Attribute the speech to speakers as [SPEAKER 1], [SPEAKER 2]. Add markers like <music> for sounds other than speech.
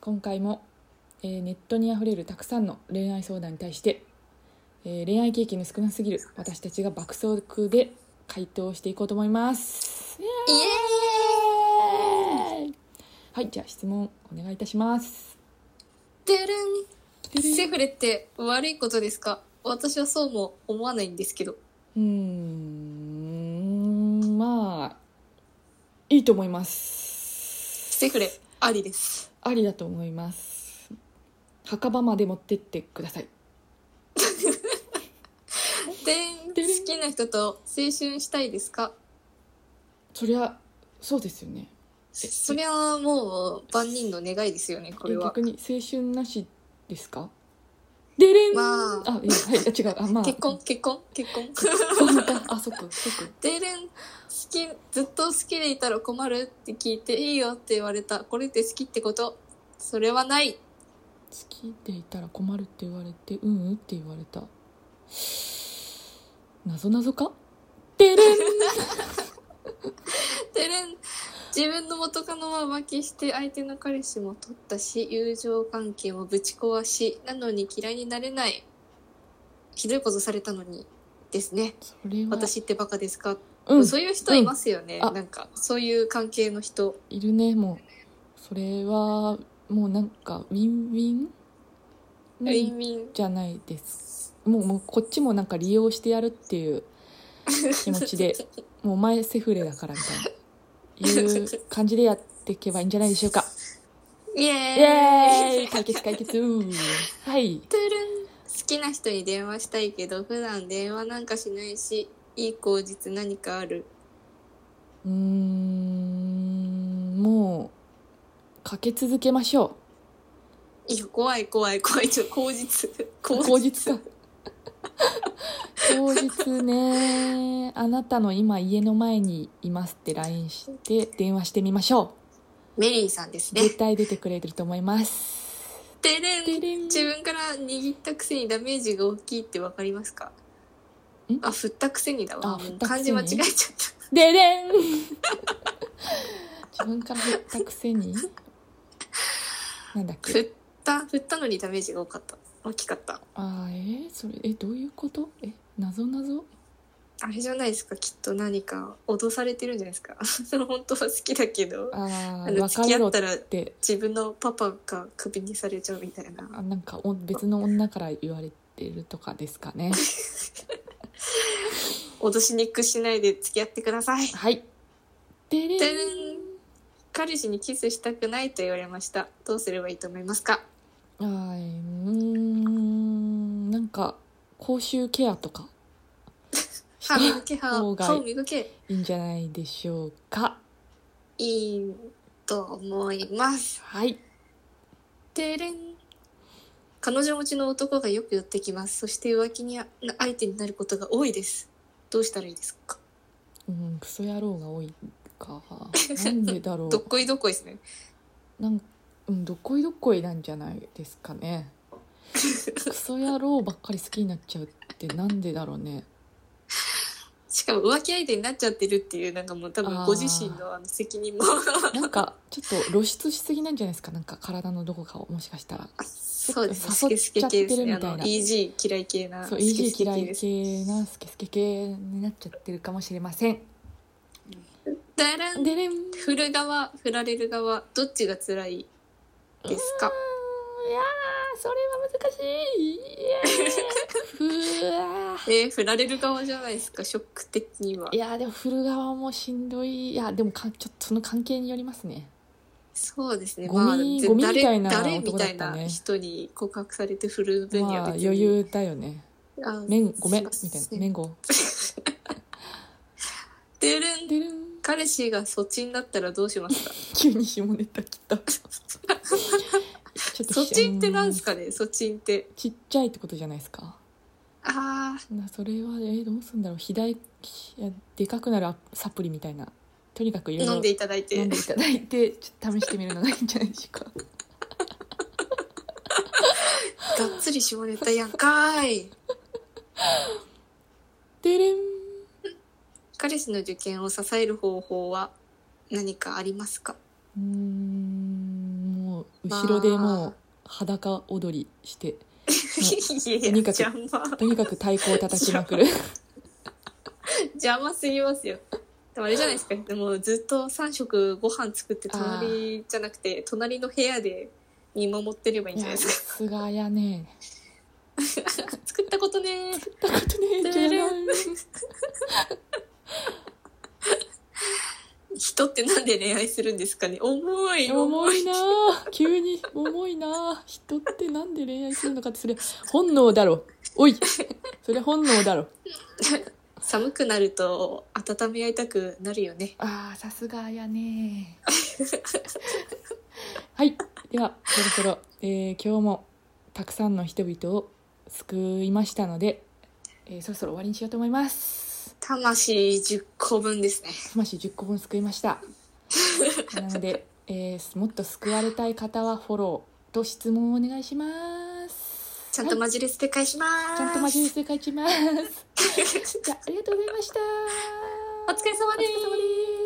[SPEAKER 1] 今回も、えーネットにあふれるたくさんの恋愛相談に対して、えー恋愛経験の少なすぎる私たちが爆速で回答していこうと思いますイエーイはいじゃあ質問お願いいたします
[SPEAKER 2] てるんセフレって悪いことですか私はそうも思わないんですけど。
[SPEAKER 1] うーんまあいいと思います
[SPEAKER 2] セフレ、ありです。
[SPEAKER 1] ありだと思います墓場まで持ってってください
[SPEAKER 2] てん好
[SPEAKER 1] てるん
[SPEAKER 2] きな人と青春したいですか
[SPEAKER 1] そりゃそうですよね
[SPEAKER 2] それはもう万人の願いですよね、これ
[SPEAKER 1] え
[SPEAKER 2] は
[SPEAKER 1] 逆。に青春なしですかでれん、
[SPEAKER 2] ま
[SPEAKER 1] あ
[SPEAKER 2] あ
[SPEAKER 1] いやはいあ違うあまあ
[SPEAKER 2] 結婚結婚結
[SPEAKER 1] <laughs>
[SPEAKER 2] 婚
[SPEAKER 1] そうまたあそっかそっか
[SPEAKER 2] てるん好き、ずっと好きでいたら困るって聞いていいよって言われた。これって好きってことそれはない。
[SPEAKER 1] 好きでいたら困るって言われてうんうんって言われたなぞなぞかでれん
[SPEAKER 2] てれん自分の元カノは浮気して相手の彼氏も取ったし友情関係もぶち壊しなのに嫌いになれないひどいことされたのにですね
[SPEAKER 1] それは
[SPEAKER 2] 私ってバカですか、
[SPEAKER 1] うん
[SPEAKER 2] そういう人いますよね、
[SPEAKER 1] うんあ
[SPEAKER 2] なんかそういう関係の人
[SPEAKER 1] いるねもうそれはもうなんかウィンウィン
[SPEAKER 2] ウィンウィン
[SPEAKER 1] じゃないですもうもうこっちもなんか利用してやるっていう気持ちでもうお前セフレだからみたいないう感じでやっていけばいいんじゃないでしょうか
[SPEAKER 2] イエ
[SPEAKER 1] イ
[SPEAKER 2] ーイ
[SPEAKER 1] エーイ解決解決はい
[SPEAKER 2] トゥルン好きな人に電話したいけど普段電話なんかしないしいい口実何かある
[SPEAKER 1] うーんもうかけ続けましょ
[SPEAKER 2] いや怖い怖い怖いちょ口実
[SPEAKER 1] う口実か口実ねあなたの今家の前にいますって LINE して電話してみましょ
[SPEAKER 2] メリーさんです
[SPEAKER 1] う
[SPEAKER 2] ね
[SPEAKER 1] 絶対出てくれてると思います
[SPEAKER 2] てれん
[SPEAKER 1] てれん
[SPEAKER 2] 自分から握ったくせにダメージが大きいってわかりますか
[SPEAKER 1] ん
[SPEAKER 2] あ振ったくせにだわ
[SPEAKER 1] あ振
[SPEAKER 2] も
[SPEAKER 1] っ
[SPEAKER 2] う
[SPEAKER 1] たくせ
[SPEAKER 2] 漢
[SPEAKER 1] に
[SPEAKER 2] 字間違えちゃっ
[SPEAKER 1] でで <laughs> ん自分から振ったくせになんだったけ
[SPEAKER 2] 振った振ったのにダメージが多かった大きかった
[SPEAKER 1] あーえー、それえどういうことえ謎謎
[SPEAKER 2] あれじゃないですかきっと何か脅されてるんじゃないですか <laughs> その本当は好きだけど
[SPEAKER 1] あ
[SPEAKER 2] あ
[SPEAKER 1] ー
[SPEAKER 2] の
[SPEAKER 1] 別
[SPEAKER 2] 付き
[SPEAKER 1] れろ
[SPEAKER 2] 合
[SPEAKER 1] っ
[SPEAKER 2] ったら
[SPEAKER 1] て
[SPEAKER 2] 自分のパパがクビにされちゃうみたいな
[SPEAKER 1] あなんかお別の女から言われてるとかですか
[SPEAKER 2] <laughs>
[SPEAKER 1] ね
[SPEAKER 2] 脅しにくしないで付き合ってください
[SPEAKER 1] はいでれん
[SPEAKER 2] てれん彼氏にキスしたくないと言われましたどうすればいいと思いますか
[SPEAKER 1] あーうーんなんか口臭ケアと
[SPEAKER 2] <laughs>
[SPEAKER 1] か
[SPEAKER 2] 歯磨け
[SPEAKER 1] <laughs>
[SPEAKER 2] 歯
[SPEAKER 1] 方がいい
[SPEAKER 2] 歯を磨け
[SPEAKER 1] いいんじゃないでしょうか
[SPEAKER 2] いいと思います。
[SPEAKER 1] はい
[SPEAKER 2] てれん。彼女持ちの男がよく寄ってきます。そして浮気にあ相手になることが多いです。どうしたらいいですか
[SPEAKER 1] うんクソ野郎が多い
[SPEAKER 2] <laughs>
[SPEAKER 1] かなんでだろう
[SPEAKER 2] どっこいどっこいですね。
[SPEAKER 1] なんうんどっこいどっこいなんじゃないですかねクソ野郎ばっかり好きになっちゃうってなんでだろうね
[SPEAKER 2] しかも浮気相手になっちゃってるっていう、なんかもう多
[SPEAKER 1] あー
[SPEAKER 2] 分ご自身のあの責任も。
[SPEAKER 1] なんかちょっと露出しすぎなんじゃないですかなんか体のどこかをもしかしたら
[SPEAKER 2] <laughs> そうですね。
[SPEAKER 1] 誘
[SPEAKER 2] ス
[SPEAKER 1] っ
[SPEAKER 2] ケスケ系です
[SPEAKER 1] ち
[SPEAKER 2] ね。
[SPEAKER 1] ゃ
[SPEAKER 2] あ
[SPEAKER 1] ってるみたいな
[SPEAKER 2] の、EG 嫌い系な。
[SPEAKER 1] そう
[SPEAKER 2] スケ
[SPEAKER 1] EG
[SPEAKER 2] スケ
[SPEAKER 1] 嫌
[SPEAKER 2] 系
[SPEAKER 1] い
[SPEAKER 2] です。
[SPEAKER 1] 系なスケスケ系になっちゃってるかもしれません
[SPEAKER 2] だらん。
[SPEAKER 1] でれん
[SPEAKER 2] 振る側、振られる側、どっちが辛いですか
[SPEAKER 1] いやーそれは難しい
[SPEAKER 2] <laughs>
[SPEAKER 1] いやーふわー。
[SPEAKER 2] えー、振られる側じゃないですか、ショック的にはい
[SPEAKER 1] やーでも振る側もしんどいいやでもかちょっとその関係によりますね
[SPEAKER 2] そうですね。
[SPEAKER 1] ゴミ
[SPEAKER 2] まあ、
[SPEAKER 1] ゴミみたいな
[SPEAKER 2] 誰誰
[SPEAKER 1] 男
[SPEAKER 2] み
[SPEAKER 1] だ
[SPEAKER 2] た
[SPEAKER 1] っ
[SPEAKER 2] い
[SPEAKER 1] たね
[SPEAKER 2] な人に告白されて振る分に
[SPEAKER 1] まあ
[SPEAKER 2] は別に。
[SPEAKER 1] 余裕だよね
[SPEAKER 2] あ。
[SPEAKER 1] 麺ごめん
[SPEAKER 2] す
[SPEAKER 1] みたい
[SPEAKER 2] ませ
[SPEAKER 1] なん麺ご
[SPEAKER 2] てるん
[SPEAKER 1] でるん
[SPEAKER 2] 彼氏がそっちになったらどうしますか
[SPEAKER 1] 急に下ネタきたちょっ
[SPEAKER 2] <laughs> そっちんってなんです
[SPEAKER 1] か
[SPEAKER 2] かねそっちんって。
[SPEAKER 1] ちっちゃいってことじゃないですか
[SPEAKER 2] ああ、
[SPEAKER 1] なそれはえーどうすんだろう肥大ひいやでかくなるアサプリみたいなとにかくいろいろ
[SPEAKER 2] 飲んでいただいて。
[SPEAKER 1] 飲んでいただいてちょっと試してみるのがいいんじゃないでしょうか
[SPEAKER 2] がっつり絞れたやんかーい。
[SPEAKER 1] でれん
[SPEAKER 2] 彼氏の受験を支える方法は何かありますか
[SPEAKER 1] うーんもう後ろでもう裸踊りして
[SPEAKER 2] <laughs> い
[SPEAKER 1] と
[SPEAKER 2] や
[SPEAKER 1] にかく
[SPEAKER 2] 邪魔
[SPEAKER 1] とにかく太鼓を叩きまくる
[SPEAKER 2] 邪魔すぎますよでもあれじゃないですかでもずっと3食ご飯作って隣じゃなくて隣の部屋で見守ってればいいん
[SPEAKER 1] い
[SPEAKER 2] じゃな
[SPEAKER 1] や
[SPEAKER 2] い
[SPEAKER 1] さ
[SPEAKER 2] です
[SPEAKER 1] すがやね
[SPEAKER 2] か作ったことねー
[SPEAKER 1] たことねえじゃない
[SPEAKER 2] 人ってなんで恋愛するんですかね重い
[SPEAKER 1] 重いなあ急に重いなあ人ってなんで恋愛するのかってそれ本能だろおいそれ本能だろ
[SPEAKER 2] 寒くなると温め合いたくなるよね
[SPEAKER 1] ああさすがやね <laughs> はいではそろそろ、えー今日もたくさんの人々を救いましたので、えーそろそろ終わりにしようと思います
[SPEAKER 2] 魂10個分ですね
[SPEAKER 1] 魂10個分救いましたなので、えーもっと救われたい方はフォローと質問をお願いします
[SPEAKER 2] <laughs> ちゃんと
[SPEAKER 1] はい
[SPEAKER 2] マジレスで返します、
[SPEAKER 1] ちゃんと真
[SPEAKER 2] <laughs>
[SPEAKER 1] 面目に正解しますじゃあありがとうございました
[SPEAKER 2] お疲れ様
[SPEAKER 1] お疲
[SPEAKER 2] で
[SPEAKER 1] れ様
[SPEAKER 2] す
[SPEAKER 1] です